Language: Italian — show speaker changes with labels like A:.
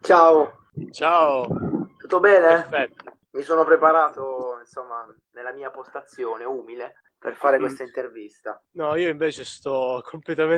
A: Ciao,
B: Ciao,
A: tutto bene?
B: perfetto.
A: Mi sono preparato, insomma, nella mia postazione umile per fare
B: Mm.
A: questa intervista.
B: No, io invece sto completamente